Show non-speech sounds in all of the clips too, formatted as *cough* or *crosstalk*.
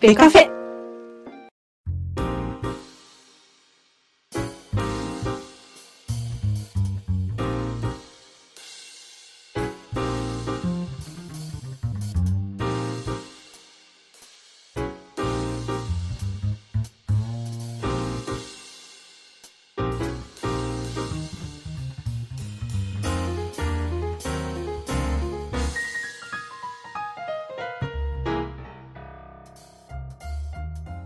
ベカフェ。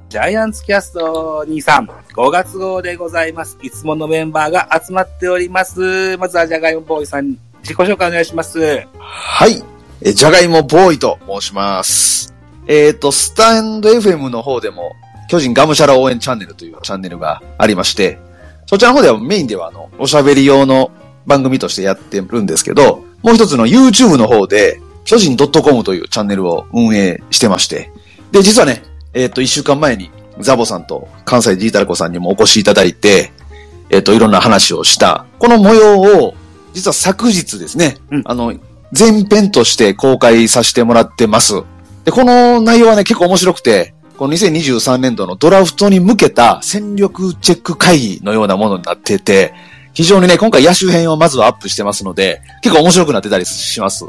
ジャイアンツキャスト23、5月号でございます。いつものメンバーが集まっております。まずはジャガイモボーイさん、自己紹介お願いします。はい。え、じゃがいもボーイと申します。えっ、と、スタンド FM の方でも、巨人ガムシャラ応援チャンネルというチャンネルがありまして、そちらの方ではメインではあの、おしゃべり用の番組としてやってるんですけど、もう一つの YouTube の方で、巨人 .com というチャンネルを運営してまして、で、実はね、えっ、と、一週間前にザボさんと関西ジータルコさんにもお越しいただいて、えっ、と、いろんな話をした、この模様を、実は昨日ですね、うんあの、前編として公開させてもらってます。で、この内容はね、結構面白くて、この2023年度のドラフトに向けた戦力チェック会議のようなものになってて、非常にね、今回野手編をまずはアップしてますので、結構面白くなってたりします。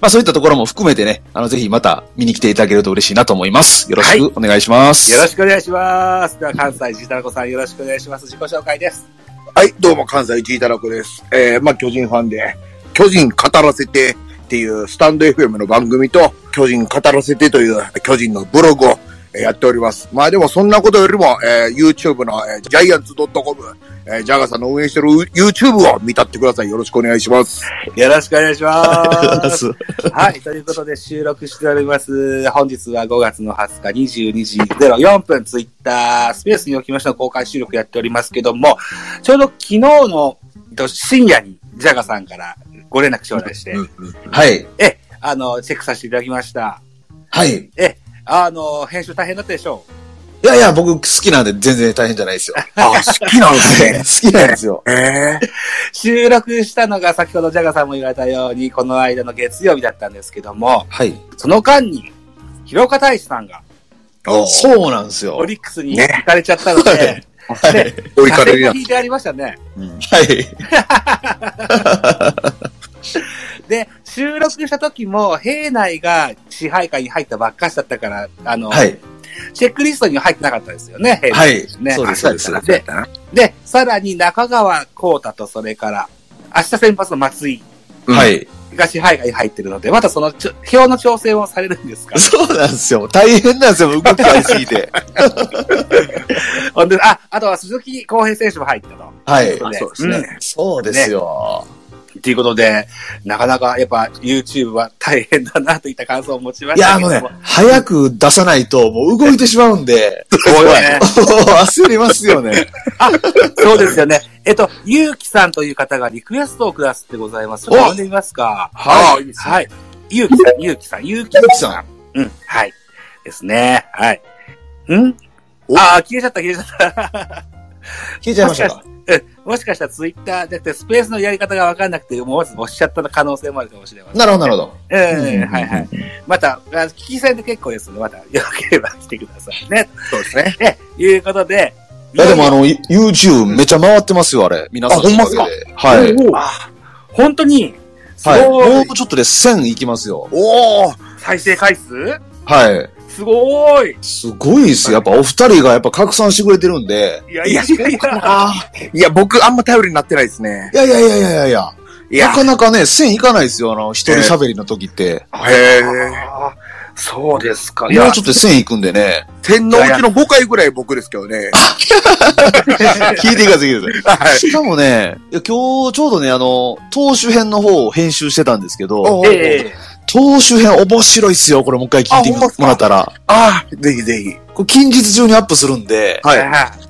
まあそういったところも含めてね、あの、ぜひまた見に来ていただけると嬉しいなと思います。よろしくお願いします。よろしくお願いします。では、関西ジータラコさんよろしくお願いします。自己紹介です。はい、どうも、関西ジータラコです。えー、まあ、巨人ファンで、巨人語らせてっていうスタンド FM の番組と、巨人語らせてという巨人のブログをえーやっております。まあでも、そんなことよりも、えー、YouTube の、えー、ジャイアンツ .com、えー、ジャガーさんの運営してる YouTube を見たってください。よろしくお願いします。よろしくお願いします。す。 *laughs* はい、ということで収録しております。本日は5月の20日22時04分、ツイッタースペースにおきましての公開収録やっておりますけども、ちょうど昨日のえっと深夜にジャガさんからご連絡頂戴して、はい。え、あの、チェックさせていただきました。はい。いあの、編集大変だったでしょうやいや、僕好きなんで全然大変じゃないですよ。あ、好きなんですね。 *laughs* 好きなんですよ。え *laughs* ー、収録したのが先ほどジャガさんも言われたように、この間の月曜日だったんですけども、はい。その間に、広岡大志さんがおそうなんですよ。オリックスに行かれちゃったので、ねね、お怒風りにがなっ引いてありましたね。はい。で、収録した時も、兵内が支配下に入ったばっかしだったから、あの、はい。チェックリストには入ってなかったですよね、兵は内い。ねそうです、そうです。あでで、さらに中川幸太とそれから、明日先発の松井はい。が支配下に入ってるので、またそのちょ表の調整をされるんです *laughs* かそうなんですよ。大変なんですよ。動きありすぎて。ほんで、あ、あとは鈴木康平選手も入ったと。はい。あそうですねね。そうですよ。ということで、なかなかやっぱ YouTube は大変だなといった感想を持ちまいしや、たあけどのも。ね、 *laughs* 早く出さないと、もう動いてしまうんで、そうよ *laughs* ね。焦りますよね。あ、 *laughs* そうですよね。えっと、ゆうきさんという方がリクエストをくだすってございます。ちょっと読んでみますか。。はいはい。ゆうきさん、ゆうきさん、ゆうきゆうきささん。うん、はい。ですね。はい。んああ、消えちゃった、消えちゃった。 *laughs* 聞いちゃいましたかもしかしたらツイッターじゃなくてスペースのやり方がわかんなくて、思わず押しちゃった可能性もあるかもしれません。なるほど、なるほど。うん、はいはい。また、あ聞き戦で結構ですので、またよければ来てくださいね。そうで *laughs* すね。え、いうことで。いや、でもあの、YouTube めっちゃ回ってますよ、あれ。皆さんのおかげであはほんい。おー本当に、すごはい。い、もうちょっとで1000いきますよ。おー再生回数はい。すごーいすごいですよ。やっぱお二人がやっぱ拡散してくれてるんで。いやいやいやいや、あーいや、僕、あんま頼りになってないですね。いやいやいやいやいやいや。いやな、かなかね、1000いかないですよ、あの、一人喋りの時って。へーそうですか。いもやう、ちょっと1000いくんでね。天皇うちの5回ぐらい僕ですけどね。聞いてください、聞いてくださ。*laughs* はいしかもね、いや今日ちょうどね、あの、投手編の方を編集してたんですけど、おええ投手編面白いっすよ、これもう一回聞いてあほんまっすかもらったら。ああ、ぜひぜひ。これ近日中にアップするんで、はい。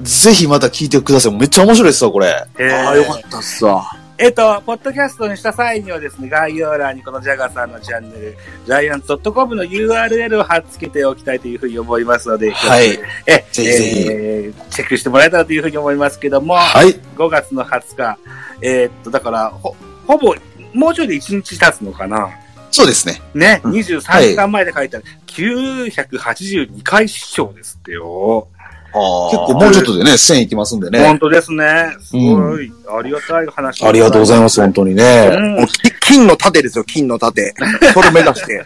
ぜひまた聞いてください。めっちゃ面白いですわ、これ。えーああ、よかったっすわ。えっと、ポッドキャストにした際にはですね、概要欄にこのジャガーさんのチャンネル、ジャイアンツ .com の URL を貼っ付けておきたいというふうに思いますので、はい。えぜひぜひえーチェックしてもらえたらというふうに思いますけども、はい。 5月の20日、えーっと、だから、ほ、ほぼ、もうちょいで1日経つのかなそうですね。ね、うん23時間前で書いてある、982回視聴ですってよ。結構もうちょっとでね、1000いきますんでね本。当ですね。すごい、ありがたい話。ありがとうございます、本当にね。うもうんき金の盾ですよ、金の盾。それを目指して。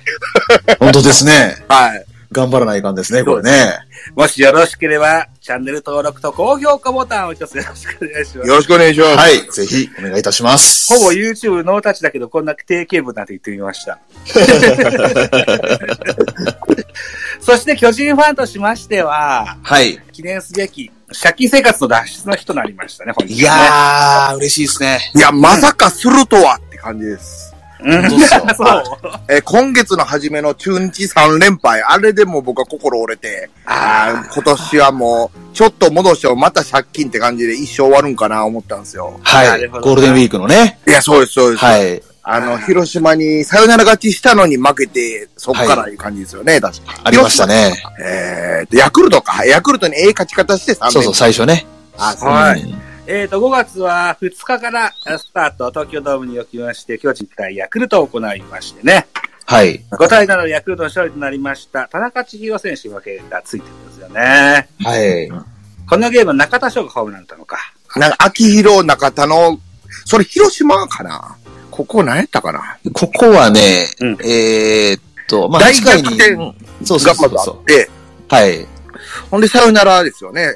本当です *laughs* ね。はい。頑張らないかんですね、これね。もしよろしければ、チャンネル登録と高評価ボタンを一つよろしくお願いします。よろしくお願いします。は。い。ぜひ、お願いいたします。ほぼ YouTube ノータッチだけど、こんな定型文なんて言ってみました。そして巨人ファンとしましては、はい。記念すべき、借金生活の脱出の日となりましたね、本日ねいやー、嬉しいですね。いや、まさかするとはって感じです。うん本当っすよそう。えー今月の初めの中日3連敗、あれでも僕は心折れて、ああー今年はもう、ちょっと戻してもまた借金って感じで一生終わるんかな思ったんですよ。は。ないるほどゴールデンウィークのね。いや、そうです、そうです。はい。あの、広島にさよなら勝ちしたのに負けて、そっからいう感じですよね、確か。ありましたね。えーと、ヤクルトか。ヤクルトにええ勝ち方して3連敗。そうそう、最初ね。あ、そうはいうん。えっ、と、5月は2日からスタート、東京ドームにおきまして、巨人対ヤクルトを行いましてね、はい。 5対7のヤクルトの勝利となりました、田中千尋選手に負けがついてるんですよね。はい。このゲーム、中田翔がホームラン打ったのか。なんか、秋広中田の、それ広島かなここ何やったかなここはねうん、えーっと、まあ、大8逆回転に、がそうそうまそうずあそって、う。はい。ほんでさよならですよね。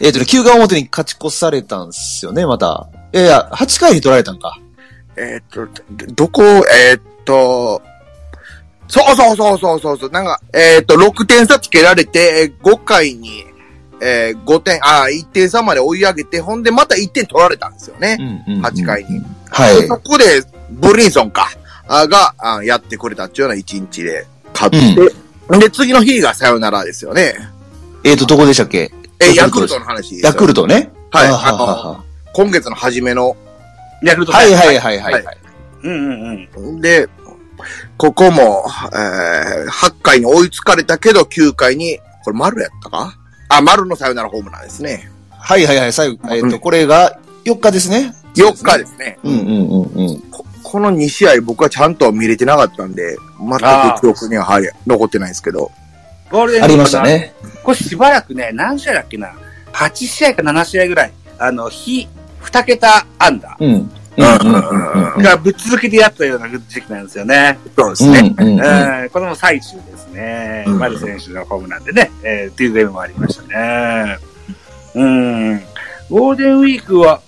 えーっとね、9回表に勝ち越されたんですよね、また。いやいや、8回に取られたんか。えーっと、どどこ、えーっと、そうそうそうそうそうそう、なんか、えーっと、6点差つけられて、5回に、えー、5点、あー、1点差まで追い上げて、ほんでまた1点取られたんですよね。んうんうん8回に。はい。でそこで、ブリンソンか、あが、あやってくれたっていうような1日で勝って、で、次の日がさよならですよね。えーっと、どこでしたっけえ、ヤクルトの話ですよ。ヤクルトね。はいああの今月の初めの。ヤクルトは対いはいはいはい。はうんうんうん。で、ここも、えー、8回に追いつかれたけど、9回に、これ丸やったかあ、丸のサヨナラホームランですね。はいはいはい、最後、えーっうと、これが4日ですね。 4日ですね。うんうんうんうん。ここの2試合僕はちゃんと見れてなかったんで、全く記憶には、はい、残ってないですけど。ゴールデンウあィーりクました。ね。これしばらくね、何試合だっけな ?8 試合か7試合ぐらい、あの、非2桁安打うん。うんうんうんうんうん。がぶっ続けてやったような時期なんですよね。そうでうんうんうんうん、これも最中ですね。うん丸選手のホームランでね、えー、っていうゲームもありましたね。うん。ゴールデンウィークは、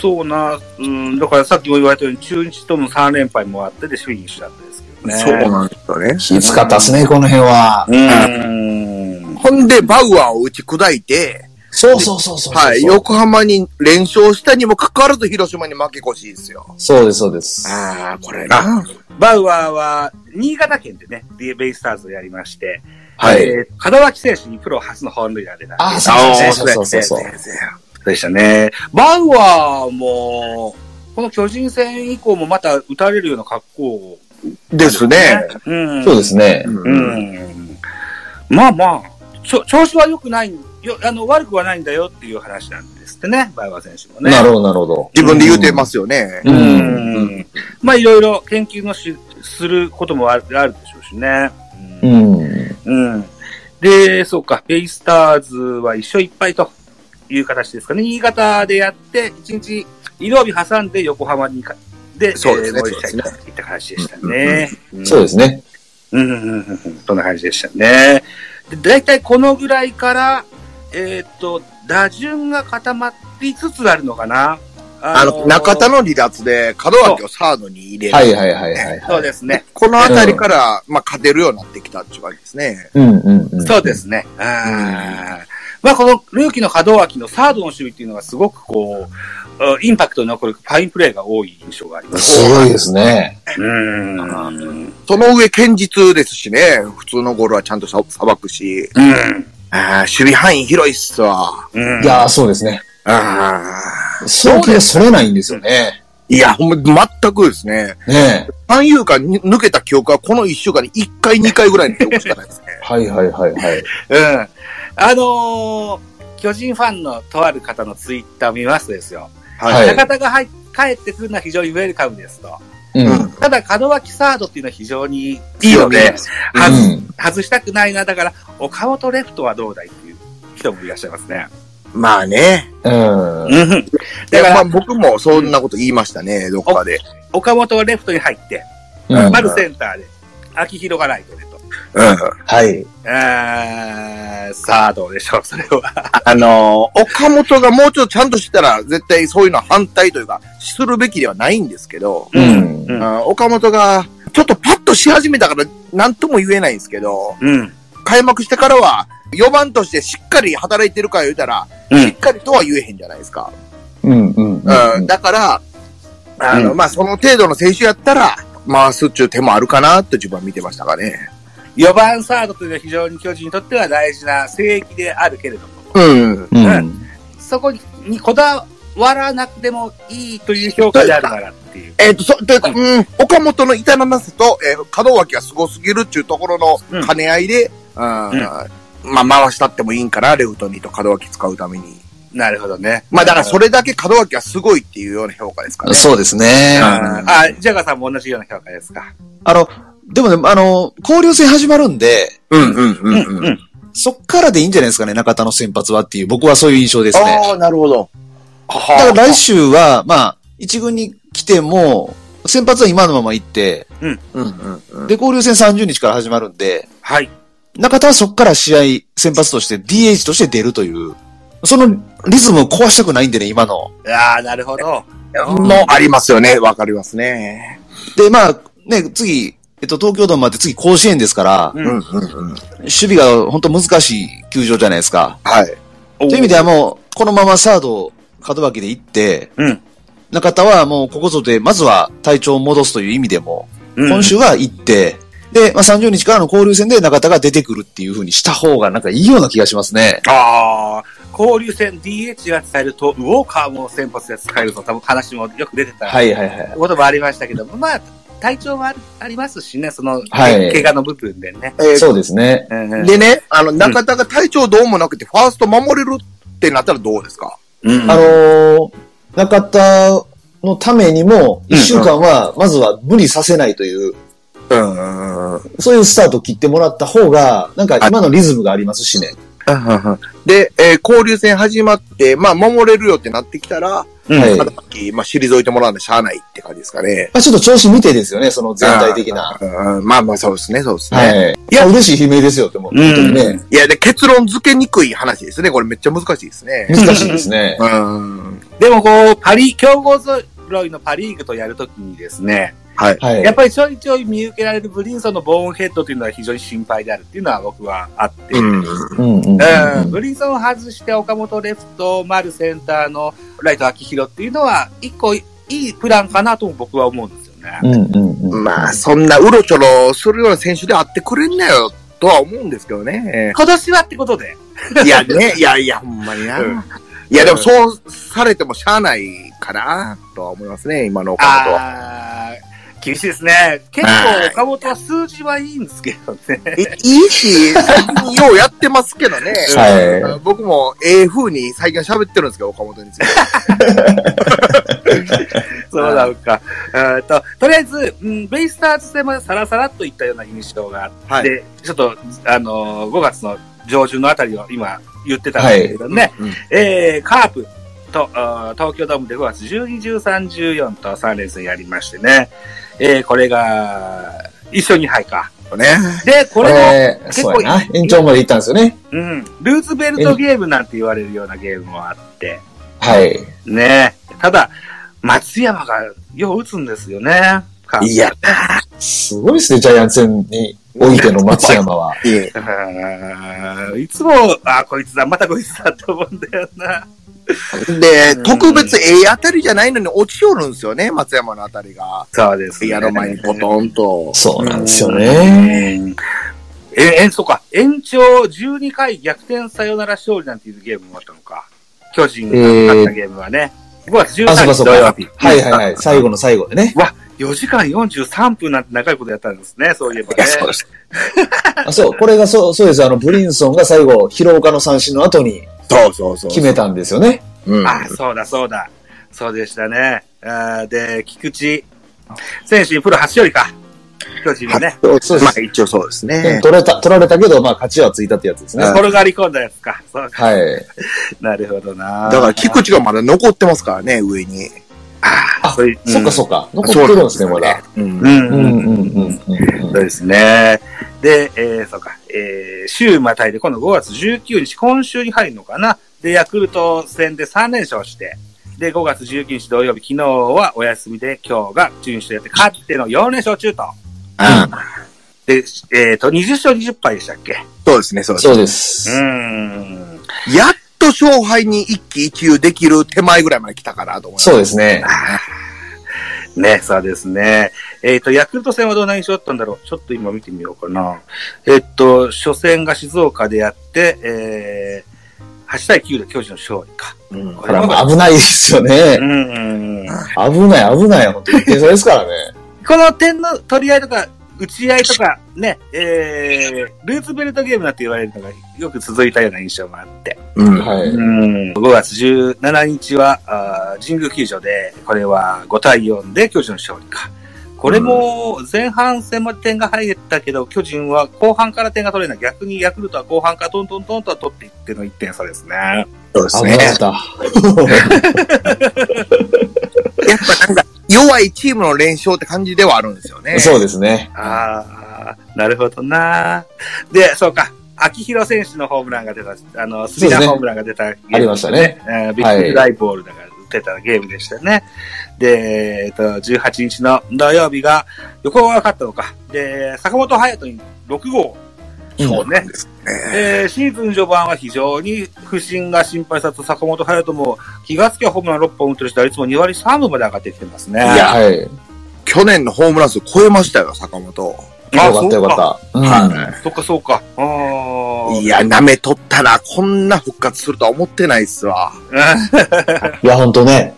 そうな、うん、だからさっきも言われたように、中日との3連敗もあってで、フィニッシュだったんですけどね。そうなんですよね。きつかったですね、この辺は。うん。ほんで、バウアーを打ち砕いて、そうそうそうそうそう。はい、横浜に連勝したにもかかわらず広島に負け越しですよ。そうです、そうです。ああ、これな。バウアーは、新潟県でね、ベイスターズをやりまして、はい。えー門脇選手にプロ初の本塁打で出た。あ、あーそうそうそうそうそう。でしたね。バウアーも、この巨人戦以降もまた打たれるような格好を。ですね。うん。そうですね。う。ん。まあまあ、ちょ調子は良くないよ、あの、悪くはないんだよっていう話なんですってね、バウアー選手もね。なるほど、なるほど。自分で言うてますよね。う。うんん。まあいろいろ研究のし、することもあるあるでしょうしね。う。ん。うん。で、そうか、ベイスターズは一勝一敗という形ですかね。新潟でやって、一日、移動日挟んで横浜にか、で、そうですねえーもう一試合行った形でしたね。。そうですすね。うん、うん、うんうん。そんな感じでしたね。で、大体このぐらいから、えーっと、打順が固まりつつあるのかな。あの、中田のの離脱で、門脇をサードに入れる。はいはいはいはい。そうですね。このあたりから、まあ、勝てるようになってきたっていう感じですね。うんうんうん。そうで。すね。うん。まあ、このルーキーの門脇のサードの守備っていうのがすごくこう、うんインパクトに残るファインプレーが多い印象があります。すごいですね。うん。その上、堅実ですしね。普通のゴールはちゃんとさばくし。うん。あー守備範囲広いっすわ。うん。いやー、そうですね。あー送球がそれないんですよね。いや、ほんま、全くですね。ねえ。三遊間に抜けた記憶はこの一週間に一回、二回ぐらいの記憶しかないですね。はいはいはいはい。 *laughs* うん。あのー、巨人ファンのとある方のツイッターを見ますとですよ。はい中田が入っ帰ってくるのは非常にウェルカムですと。うん。うんただ、門脇サードっていうのは非常にいいよね。外うすん外したくないな。だから、岡本レフトはどうだいっていう人もいらっしゃいますね。まあね。うん。うん。だかいやまら、あ僕もそんなこと言いましたね、どっかで。岡本はレフトに入って、うん丸センターで、秋広がライトでと。うん。はい。あーさあ、どうでしょう、それは。あのー岡本がもうちょっとちゃんとしてたら、絶対そういうのは反対というか、するべきではないんですけど、う。うんんあー岡本が、ちょっとパッとし始めたから、なんとも言えないんですけど、うん。開幕してからは、4番としてしっかり働いてるか言うたら、うんしっかりとは言えへんじゃないですか。うん。うん。うんだから、あの、うまあ、その程度の選手やったら、回すっちゅう手もあるかなって自分は見てましたかね。 4番サードというのは非常に巨人にとっては大事な聖域であるけれども、うん。うん。そこにこだわらなくてもいいという評価であるならっていう。えっ、と、そ、というか、うん、岡本の至らなさと、えー、門脇が凄すぎるっていうところうんの兼ね合いで、うん、まあ、回したってもいいんかな、レフトにと門脇使うために。なるほどね。まあ、だからそれだけ門脇がすごいっていうような評価ですかね。そうですね。あーあ、ジャガーさんも同じような評価ですか。あの、でもね、あの、交流戦始まるんで、うんうんうんううん。ん。そっからでいいんじゃないですかね、中田の先発はっていう、僕はそういう印象ですね。ああ、なるほど。だかはら来週は、まあ、一軍に来ても、先発は今のまま行って、うんうんうん。で、交流戦30日から始まるんで、はい。中田はそっから試合、先発として DH として出るという、そのリズムを壊したくないんでね、今の。ああ、なるほど。もありますよね。わかりますね。で、まあ、ね、次、えっと、東京ドームあって次甲子園ですからう、うんん。うんうん。守備が本当難しい球場じゃないですか。はい。とという意味ではもう、このままサード、門脇で行って、うん中田はもうここぞで、まずは体調を戻すという意味でも、今週は行って、で、まあ、30日からの交流戦で中田が出てくるっていう風にした方がなんかいいような気がしますね。ああ、交流戦 DH が使えると、ウォーカーも先発で使えると、多分話もよく出てたはいはいはい。こともありましたけども、まあ、体調もあるありますしね、その、はい怪我の部分でね。えーそうですね。うんうんでね、あの、中田が体調どうもなくて、ファースト守れるってなったらどうですかうんあのー、中田のためにも、1週間は、まずは無理させないという、うんうんうん。そういうスタートを切ってもらった方が、なんか今のリズムがありますしね。で、えー交流戦始まって、まあ、守れるよってなってきたら、うんはいまきまあ、退いてもらうんでしゃあないって感じですかね。まあ、ちょっと調子見てですよね、その全体的な。うんうんまあまあ、そうですね、そうですね。はい。いや、嬉しい悲鳴ですよ、でも。うん本当にね。いや、で、結論付けにくい話ですね。これめっちゃ難しいですね。難しいですね。うん。でもこう、パリ、競合揃いのパリーグとやるときにですね、はい。はい。やっぱりちょいちょい見受けられるブリンソンのボーンヘッドというのは非常に心配であるっていうのは僕はあって、うん。うんうんうんうんブリンソンを外して岡本レフト、丸センターのライト秋広っていうのは、一個いいプランかなとも僕は思うんですよね。うんうんうん。まあ、そんなうろちょろするような選手であってくれんなよ、とは思うんですけどね。今年はってことで。いやね、いやいや、ほんまにな。うんいや、でもそうされてもしゃあないかな、とは思いますね、今の岡本は。ああ、厳しいですね。結は構い岡本は数字はいいんですけどね。いいいし、最近ようやってますけどね。は僕もええ風に最近は喋ってるんですけど、岡本について。そうなのか。えーっと、とりあえず、うん、ベイスターズ戦までさらさらっといったような印象があって、はいちょっと、あのー、5月の上旬のあたりを今言ってたんですけどね、うんうんえー、カープと、あー東京ドームで5月12、13、14と3連戦やりましてね、えー、これが、一緒に敗か。ね。で、ここれも、れ、結構そうやな。延長まで行ったんですよね。うん、ルーズベルトゲームなんて言われるようなゲームもあって、はい。ねただ、松山がよう打つんですよね。カープいや、すごいですね、ジャイアンツ戦においての松山は。いい。あーいつも、あーこいつだ、またこいつだと思うんだよな。でうん、特別ええ当たりじゃないのに落ちよるんですよね、松山の当たりが。そうですいや、の前にポトンと。そうなんですよね。ね。え、え、そうか。延長12回逆転サヨナラ勝利なんていうゲームもあったのか。巨人が勝ったゲームはね。5月あ、そ13うか日そう土か。曜は日。いはいはい。最後の最後でね。 4時間43分なんて長いことやったんですね、そういえばいや、ね。そうです。あ、そう。これがそう、そうです。あの、ブリンソンが最後、広岡の三振の後にそうそうそう。決めたんですよね。うん。あ、そうだそうだ。そうでしたね。あーで、菊池選手にプロ初勝利か。巨人はね。そうそうですまあ一応そうです点ね。取れた、取られたけど、まあ、勝ちはついたってやつですね。転がり込んだやつか。そうか。はい。なるほどな。だから菊池がまだ残ってますからね、上に。ああ、そういうそっかそっか。残ってるんですね、まだ。うんう。んううんんうんうんうんそうですね。で、えー、そうか、えー、週またいで、今度5月19日、今週に入るのかな。で、ヤクルト戦で3連勝して、で、5月19日土曜日、昨日はお休みで、今日が準勝やって、勝っての4連勝中と。で、えっ、と、20勝20敗でしたっけそうですね、そうですそうねでうす。ーん。やっと勝敗に一喜一憂できる手前ぐらいまで来たかなと思います。そうですね。ね、そうですね。えっ、と、ヤクルト戦はどんな印象だったんだろうちょっと今見てみようかな。えっ、と、初戦が静岡でやって、えー、8対9で巨人の勝利か。うんここれれははまあ危ないですよねう。ん。危ない、危ない。本当に。天才ですからね。この点の取り合いとか、打ち合いとか、ね、えー、ルーズベルトゲームなんて言われるのがよく続いたような印象もあって。うん。はうい。ん。5月17日は、あー神宮球場で、これは5対4で巨人の勝利か。これも前半戦まで点が入ったけど、巨人は後半から点が取れない。逆にヤクルトは後半からトントントンとは取っていっての1点差ですね。そうです危ねな。かった。やっぱなんか、弱いチームの連勝って感じではあるんですよね。そうですね。ああ、なるほどな。で、そうか。秋広選手のホームランが出た、あの、スそリうですラねンホームランが出たゲーム、ありましたね。えービッグフライボールだから出たゲームでしたね。で、えっと、18日の土曜日が、横浜が勝ったのか。で、坂本隼人に6号。そうなんですね。えーシーズン序盤は非常に不振が心配された坂本隼人も、気がつきゃホームラン6本打ってる人、打率も2割3分まで上がってきてますね。いやはい。よ去年のホームラン数超えましたよ、坂本。あかったよかった。うんそっかそっか。あーいや、舐めとったら、こんな復活するとは思ってないっすわ。いや、本当ね。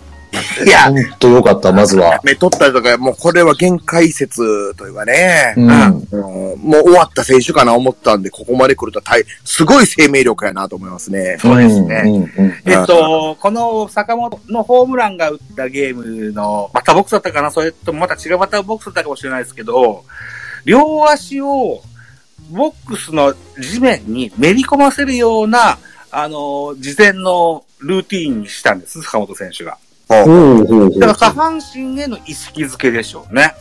いや、本当よかった、まずは舐。めとったりとか、もうこれは限界説というかね、うん。うんもう終わった選手かな思ったんで、ここまで来ると大、すごい生命力やなと思いますね。そうですねうんうんうんえっと、この坂本のホームランが打ったゲームの、またボックスだったかなそれともまた違うまたボックスだったかもしれないですけど、両足をボックスの地面にめり込ませるような、あの、事前のルーティーンにしたんです、坂本選手が。ほうほうほうだから下半身への意識づけでしょうね。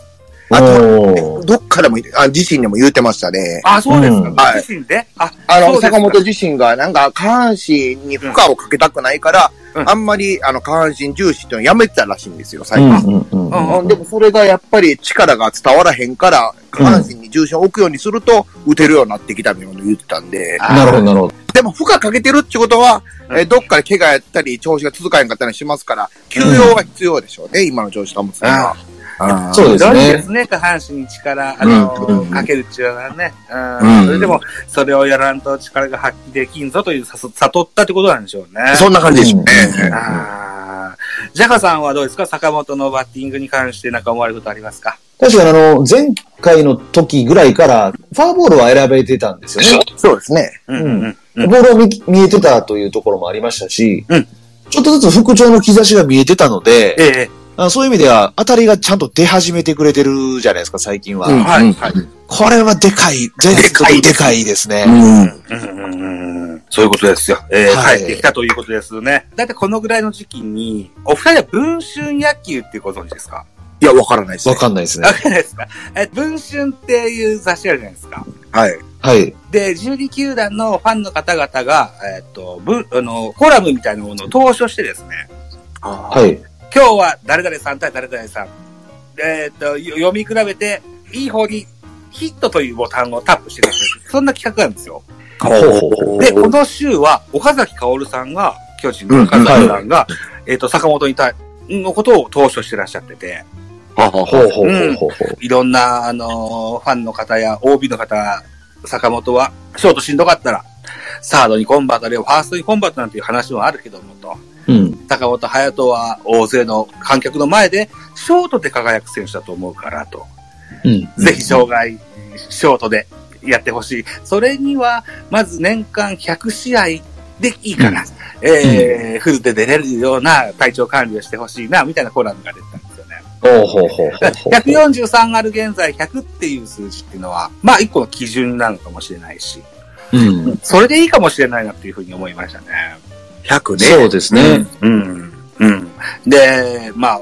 あおーどっかでも、あ自身でも言うてましたね。あ、そうですか。うんはい自身で。あ、あそうの、ですか坂本自身がなんか下半身に負荷をかけたくないから、うんあんまりあの下半身重視っていうのやめてたらしいんですよ、最う近。んうんうんうんうんでもそれがやっぱり力が伝わらへんから、下半身に重心を置くようにすると、打てるようになってきたみたいなこと言ってたんで、あなるほど、なるほど。でも負荷かけてるってことは、うんえーどっかで怪我やったり、調子が続かへんかったりしますから、休養は必要でしょうね、今の調子保つには。あーそうです大事でね。すね、下半身に力、あのうんうんかける力はね。ううんん。それでも、それをやらんと力が発揮できんぞというさ悟ったってことなんでしょうね。そんな感じでしょうね。うんあージャカさんはどうですか坂本のバッティングに関してなんか思われることありますか確かにあの、前回の時ぐらいから、ファーボールは選べてたんですよね。そうですね。うんうんうボールは見見えてたというところもありましたし、うんちょっとずつ復調の兆しが見えてたので、ええ、あそういう意味では当たりがちゃんと出始めてくれてるじゃないですか、最近は。うんはい、はい。これはでかい。全でか国いでですかいですね。うん。うんうんうんうんそういうことですよ。えーはい帰ってきたということですよね。だってこのぐらいの時期に、お二人は文春野球ってご存知ですかいや、わからないです、わね。かんないですねわ。かんないですかえ、文春っていう雑誌あるじゃないですか。はい。はい。で、12球団のファンの方々が、えっと、ぶあの、コラムみたいなものを投書してですね、ははい。今日は誰々さん対誰々さん、えっと、よ読み比べて、いい方にヒットというボタンをタップしてください。そんな企画なんですよ。ほうほうほで、この週は、岡崎薫さんが、巨人の岡崎さんが、えっと、坂本に対、のことを投書してらっしゃってて、ほうほうほうほうほう。いろんな、あのーファンの方や OB の方、坂本は、ショートしんどかったら、サードにコンバートでファーストにコンバートなんていう話はあるけどもと。うん。坂本隼人は大勢の観客の前で、ショートで輝く選手だと思うからと。うん。ぜひ障害、ショートでやってほしい。それには、まず年間100試合でいいかな。えー、フルで出れるような体調管理をしてほしいな、みたいなコラムが出てたんですよね。おうほ *laughs* うほうほうだかほう。ら143ある現在100っていう数字っていうのは、まあ一個の基準なのかもしれないし、うん。それでいいかもしれないなっていうふうに思いましたね。100そうですね。うん。うん。で、まあ、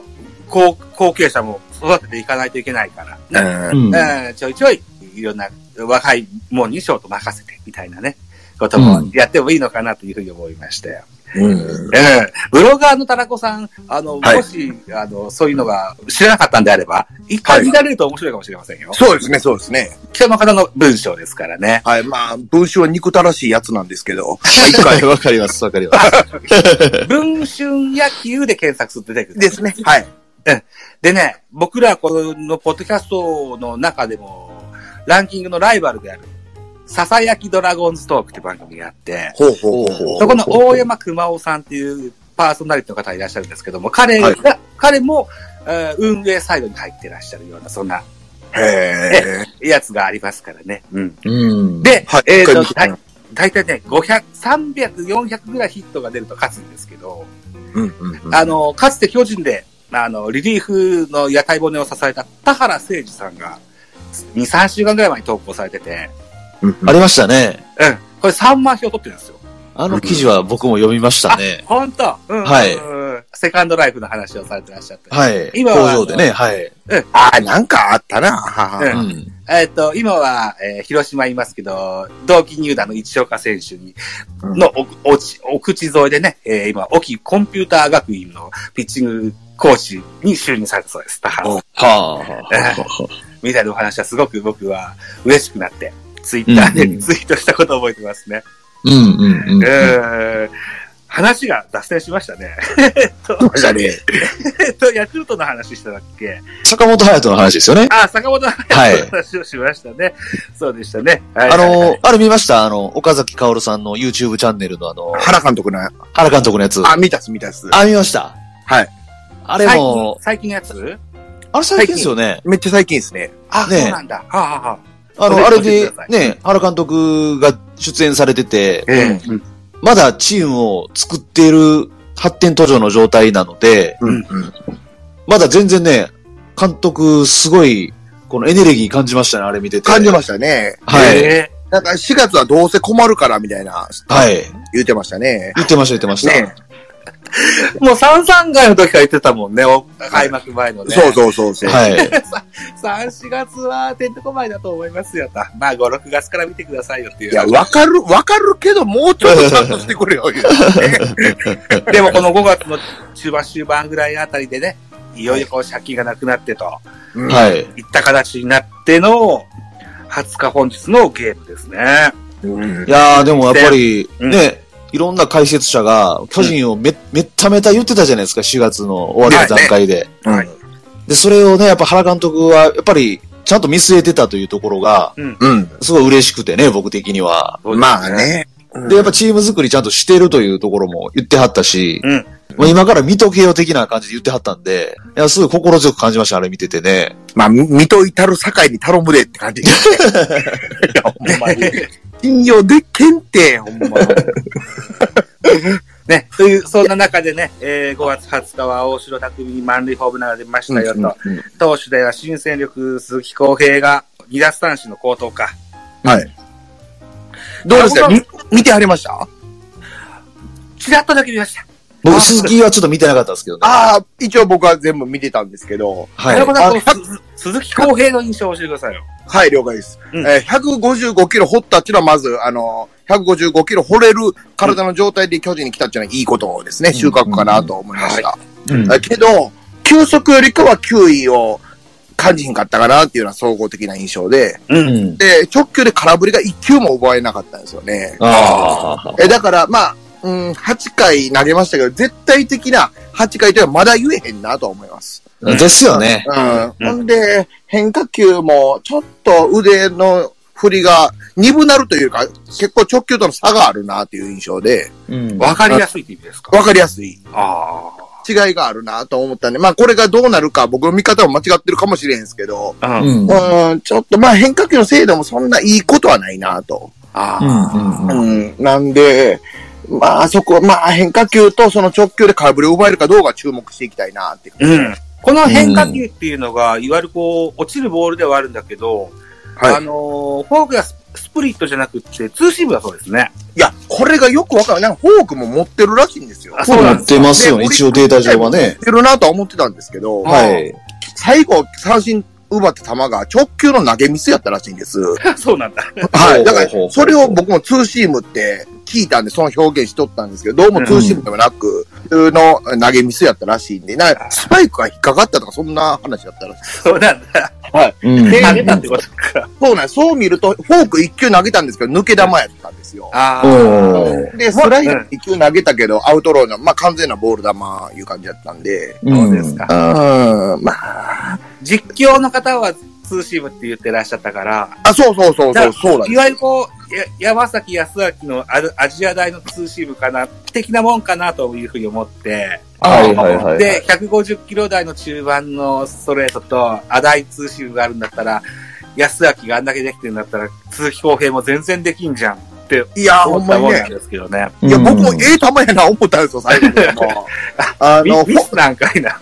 後後継者も育てていかないといけないから、う。うんんちょいちょい、いろんな若いもんにショート任せて、みたいなね、こともやってもいいのかなというふうに思いましたよ。うん。ええブロガーの田中さん、あの、はいもし、あの、そういうのが知らなかったんであれば、一回見られると面白いかもしれませんよ。そうですね、そうですね。人の方の文章ですからね。はい。まあ、文章は憎たらしいやつなんです *laughs* けど。一回わかります、わかります。文春野球で検索すると出てくる。ですね。はい。でね、僕らこのポッドキャストの中でも、ランキングのライバルである、ささやきドラゴンズトークって番組があって、ほうほうほそこの大山熊夫さんっていうパーソナリティの方がいらっしゃるんですけども、彼が、彼も、えー運営サイドに入ってらっしゃるような、そんなう。へやつがありますからね。うん。うん。で、はいえっ、一回と見て、だい大体ね、500、300、400ぐらいヒットが出ると勝つんですけど、うんうんうんあの、かつて巨人で、あの、リリーフの屋台骨を支えた田原誠二さんが、2、3週間ぐらい前に投稿されてて、ありましたね。うん。これ3万票取ってるんですよ。あの記事は僕も読みましたね。本当うん。はいうんセカンドライフの話をされてらっしゃって。はい。工今は場でね、はい。ーあー、なんかあったな。はうはうんん。えっ、と、今は、えー広島いますけど、同期入団の市岡選手に、のおおちお口添えでね、えー今、沖コンピューター学院のピッチングコーチに就任されたそうです。だからおはあ。みたいなお話はすごく僕は嬉しくなって、ツイッターうんうでんツイートしたことを覚えてますね。うんうんううん。ーん話が脱線しましたね。 *laughs* ましたね。えっと、ヤクルトの話しただっけ坂本隼人の話ですよね。あ、坂本のはい話をしましたね。そうでしたね。はいあの、あれ見ましたあの、岡崎薫さんの YouTube チャンネルのあの、原監督の、原監督のやつ。あ、見たっす、見たっす。あ、見ました。はい。あれも、最近、最近のやつあれ最近ですよね。めっちゃ最近ですね。あ、ねえそうなんだ。はあ、はあはあ、あ教えの、てあれでくださ、いね、原監督が出演されてて、ええまだチームを作っている発展途上の状態なので、うん、うん。まだ全然ね、監督すごい、このエネルギー感じましたね、あれ見てて。感じましたね。はい。えなんか4月はどうせ困るからみたいな、はい。言うてましたね。言ってました、言ってました。ねえもう三三回の時から言ってたもんね、お開幕前のね。そうそうそうそう。 *laughs* はい。 3、4月はてんてこまいだと思いますよと。まあ5、6月から見てくださいよっていう。いや、わかる、わかるけど、もうちょっとちゃんとしてくれよ、言うてでもこの5月の中盤終盤ぐらいあたりでね、いよいよこう借金がなくなってと、うん *laughs* はい。いった形になっての、20日本日のゲームですね。うんいやー、でもやっぱり、うんね、いろんな解説者が、巨人をめ、めっためた言ってたじゃないですか、4月の終わりの段階で。はいで、それをね、やっぱ原監督は、やっぱり、ちゃんと見据えてたというところが、うん。すごい嬉しくてね、僕的には。まあ。ね。で、やっぱチーム作りちゃんとしてるというところも言ってはったし、うんまあ今から見とけよ的な感じで言ってはったんで、いや、すごい心強く感じました、あれ見ててね。まあ、み見といたる境に頼むでっ *laughs* て感じ。いや、ほんまに。信用でけんて、ほんま。ね、という、 *laughs* そんな中でね、えー5月20日は大城匠に満塁ホームランが出ましたよと。投手では新戦力鈴木康平が2奪三振の高騰か。はい。どうですかあ僕み見てはりましたちらっとだけ見ました。僕、鈴木はちょっと見てなかったんですけどね。ああ、一応僕は全部見てたんですけど、はい。田中さんあこの鈴鈴木康平の印象を教えてくださいよ。はい、了解です。うんえー155キロ掘ったっていうのは、まず、あのー、155キロ掘れる体の状態で巨人に来たっていうのはいいことですね。収穫かなと思いました。うんだけど、球速よりかは球威を感じひんかったかなっていうのは総合的な印象で、うう。ん。で、直球で空振りが1球も奪えなかったんですよね。ああ。え、だから、まあ、うん、8回投げましたけど、絶対的な8回というのはまだ言えへんなとは思います。ですよね。うん。うんほんで、変化球も、ちょっと腕の振りが鈍なるというか、結構直球との差があるなという印象で、うん。わかりやすいって意味ですかわかりやすいあ違いがあるなと思ったんで、まあこれがどうなるか、僕の見方も間違ってるかもしれんすけど、あ。う。ん。うーん、ちょっとまあ変化球の精度もそんないいことはないなと。ああ。うん。うん。うん、なんで、まあそこ、まあ変化球とその直球で空振りを奪えるかどうか注目していきたいなって。うん。この変化球っていうのが、いわゆるこう、落ちるボールではあるんだけど、はいあのーフォークがススプリットじゃなくって、ツーシームだそうですね。いや、これがよくわかる。なんかフォークも持ってるらしいんですよ。あ持そうなんで持っすてますよね、一応データ上はねっ。てるなとは思ってたんですけど、はい。最後三振奪った球が直球の投げミスやったらしいんです。 *laughs* そうなんだ。はい。だかほうほうほうら、それを僕もツーシームって聞いたんで、その表現しとったんですけど、どうもツーシームではなく、普通の投げミスやったらしいんで、なんかスパイクが引っかかったとか、そんな話だったらしい。そうなんだ。うん。で投げたってことか。そうなんですそう見ると、フォーク1球投げたんですけど、抜け玉やったんですよ。あおーで、スライダー1球投げたけど、アウトローの、まあ、完全なボール球いう感じだったんで、そうですかんあうん、まあ、実況の方はツーシームって言ってらっしゃったから、あ、そうそうそうそう、そうなんいです。わゆるこう、や山崎康明のあるアジア大のツーシームかな、的なもんかなというふうに思って、ーはいはいはいはい。で、150キロ台の中盤のストレートと、アダイツーシームがあるんだったら、安明があんだけできてるんだったら、鈴木公平も全然できんじゃんっていや、ほ思んっまたにもんなんね。ですけどね。うんいや、僕もええ球やな、思ったんですよ、最後に。 *laughs* もうあミの、ミスなんかい *laughs* な。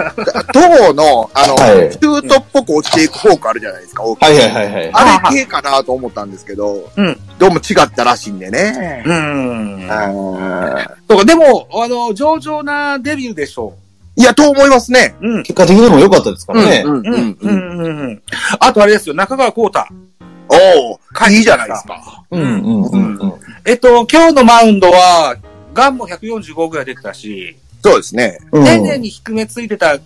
塔の、あの、はいシュートっぽく落ちていくフォークあるじゃないですか、大きいはいはいはいはい。あれ系かなと思ったんですけど、うんどうも違ったらしいんでね。うんあーそうか、でも、あの、上々なデビューでしょいや、と思いますね。う。うん。結果的にも良かったですからね。うんうん、うん、うんうん。あとあれですよ、中川幸太。おおいいじゃないですか。うんうんうんうん。えっと、今日のマウンドは、ガンも145ぐらい出てたし、そうですね。うん丁寧に低めついてた、あ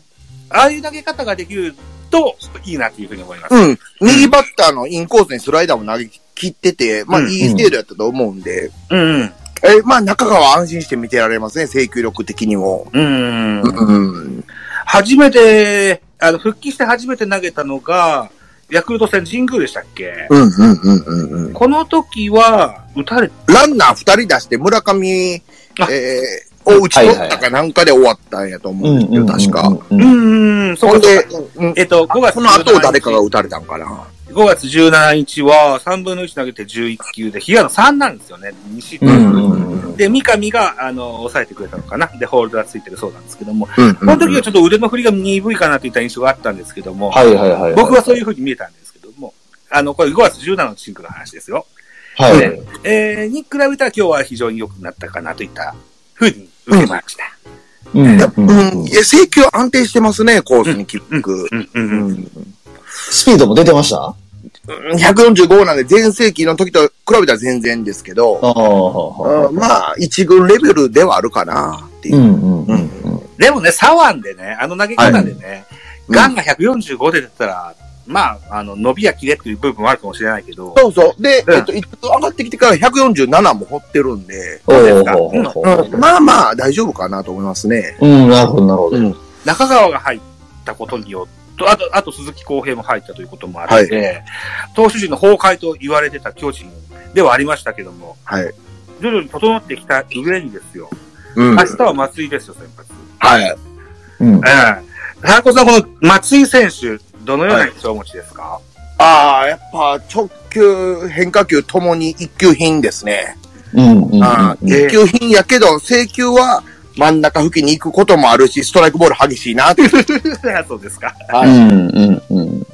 あいう投げ方ができるといいなっていうふうに思います。うん。右バッターのインコースにスライダーも投げ切ってて、まあ、うんいい精度やったと思うんで、うん、うん。え、まあ、中川安心して見てられますね、制球力的にも。うんう。ん。初めて、あの、復帰して初めて投げたのが、ヤクルト戦神宮でしたっけうん、うん、うん、うんうん。この時は、打たれ、ランナー二人出して、村上、えあー、を打ち取ったかなんかで終わったんやと思うんですよ、確か。。ううんうんん、うん、そほこんでで、、うんえっと、5月その後17誰かが打たれたんかな。 5月17日は3分の1投げて11球で、平野3なんですよね。2失う点。んうんうん。で、三上が、あの、抑えてくれたのかな。で、ホールドがついてるそうなんですけども、うん、この時はちょっと腕の振りが鈍いかなといった印象があったんですけども、はいはいはい。僕はそういうふうに見えたんですけども、あの、これ5月17のチンクの話ですよ。はい。えー、に比べたら今日は非常に良くなったかなといったふうに受けました。うんうんう、うんんいや、制球安定してますね、コースにキック。うん、うん、ううん。ん、スピードも出てましたあ145なんで、全盛期の時と比べたら全然ですけど、あー。うんまあ、一軍レベルではあるかなっていうう。んうんうんうん。でもね、左腕でね、あの投げ方でね、うんガンが145で出てたら、まあ、あの、伸びや切れっていう部分はあるかもしれないけど、そうそう。で、うんえっと、一度上がってきてから147も掘ってるんで、おうでーすおかーおーうんまあまあ、大丈夫かなと思いますね。うん、なるほどなるほど。中川が入ったことによって、あと、あと鈴木康平も入ったということもあって、投手陣の崩壊と言われてた巨人ではありましたけども、はい。徐々に整ってきた上にですよ、うん。明は日は松井ですよ、先発。い。うん。うん。原子さん、この松井選手、どのような印象をお持ちですか、ああ、やっぱ直球、変化球ともに一級品ですね。うんうんうん。あええ一級品やけど、請求は真ん中付近に行くこともあるし、ストライクボール激しいなって。そうですか。うんうんうん。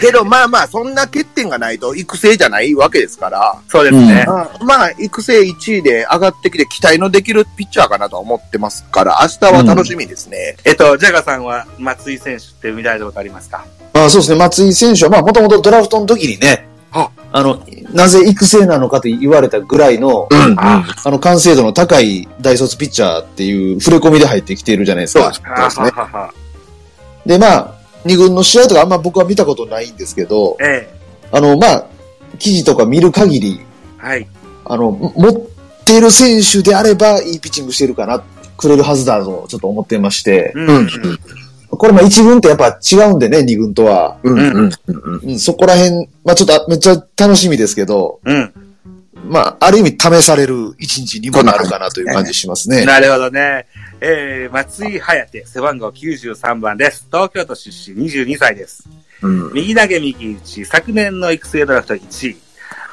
けど、まあまあ、そんな欠点がないと育成じゃないわけですから、 *laughs* そうですね。まあ、育成1位で上がってきて期待のできるピッチャーかなとは思ってますから、明日は楽しみですね。えっと、ジャガーさんは松井選手って見られたことありますかまあそうですね、松井選手は、まあもともとドラフトの時にね、ああの、なぜ育成なのかと言われたぐらいの、うんああの、完成度の高い大卒ピッチャーっていう触れ込みで入ってきているじゃないですか。あ、そうですねはははで、まあ、二軍の試合とかあんま僕は見たことないんですけど、えあの、まあ、記事とか見る限り、えはい。あの、も持ってる選手であればいいピッチングしてるかな、くれるはずだとちょっと思ってまして、ううんん。これも一軍ってやっぱ違うんでね、二軍とは。うんうん。うん、そこら辺、まあちょっとあめっちゃ楽しみですけど、うん。まあある意味試される一日にもなるかなという感じしますね。なるほどね。えー、松井颯、背番号93番です。東京都出身22歳です。うん。右投げ右打ち、昨年の育成ドラフト1位。うん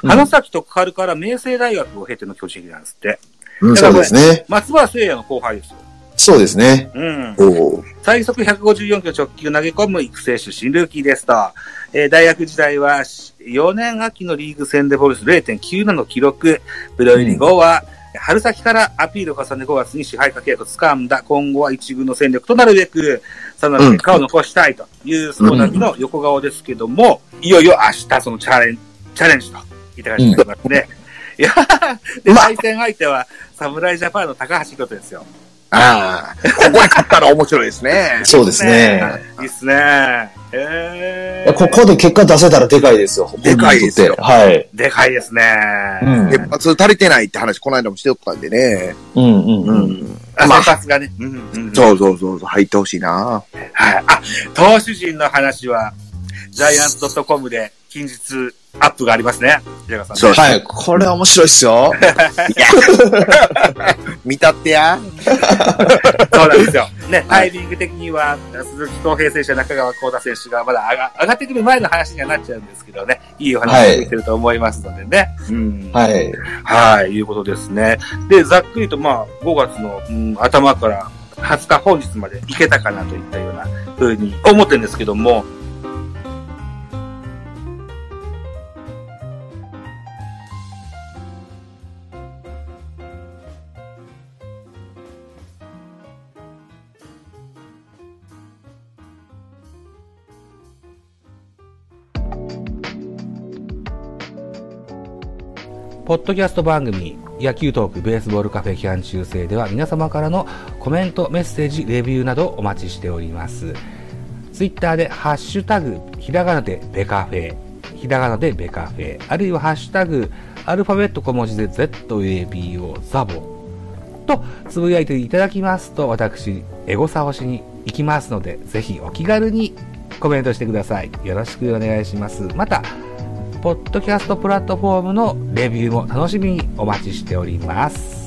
花咲徳栄から明星大学を経ての巨人なんですって。うんそうですね。松原聖也の後輩ですよ。そうですね。うん。おう最速154キロ直球投げ込む育成出身ルーキーですと。えー大学時代は4年秋のリーグ戦でボルス0.97の記録。プロ入り後は、春先からアピールを重ね5月に支配下契約を掴んだ。今後は一軍の戦力となるべく、さらなる結果を残したいという、そのなりの横顔ですけども、いよいよ明日そのチャレン、チャレンジといった感じになりますね。いやーで、対戦相手は、侍ジャパンの高橋宏斗ですよ。ああ。ここに勝ったら面白いですね。そうですね。いいっすね。えいやここで結果出せたらでかいですよ。でかいですよ本人にとってでかいですね。はい。一発足りてないって話、この間もしておったんでね。うんうんううん。ん。あ、まあ先発がね。うんうんそうそうそうそう、入ってほしいな。はい。あ、投手陣の話は、ジャイアンツ .com で近日アップがありますね。平川さん。そうはい。これは面白いっす *laughs* よ。見たってや。そうなんですよ。ね、タイミング的には、鈴木康平選手や中川幸太選手がまだ上が上がってくる前の話にはなっちゃうんですけどね、いいお話ができてると思いますのでね。うんはい。はい、いうことですね。で、ざっくりと、まあ、5月の、うん頭から20日本日まで行けたかなといったようなふうに思ってるんですけども、ポッドキャスト番組、野球トークベースボールカフェ期間中制では皆様からのコメント、メッセージ、レビューなどお待ちしております。ツイッターでハッシュタグ、ひらがなでベカフェ、ひらがなでベカフェ、あるいはハッシュタグ、アルファベット小文字で ZABO ザボとつぶやいていただきますと私、エゴサをしに行きますので、ぜひお気軽にコメントしてください。よろしくお願いします。また、ポッドキャストプラットフォームのレビューも楽しみにお待ちしております。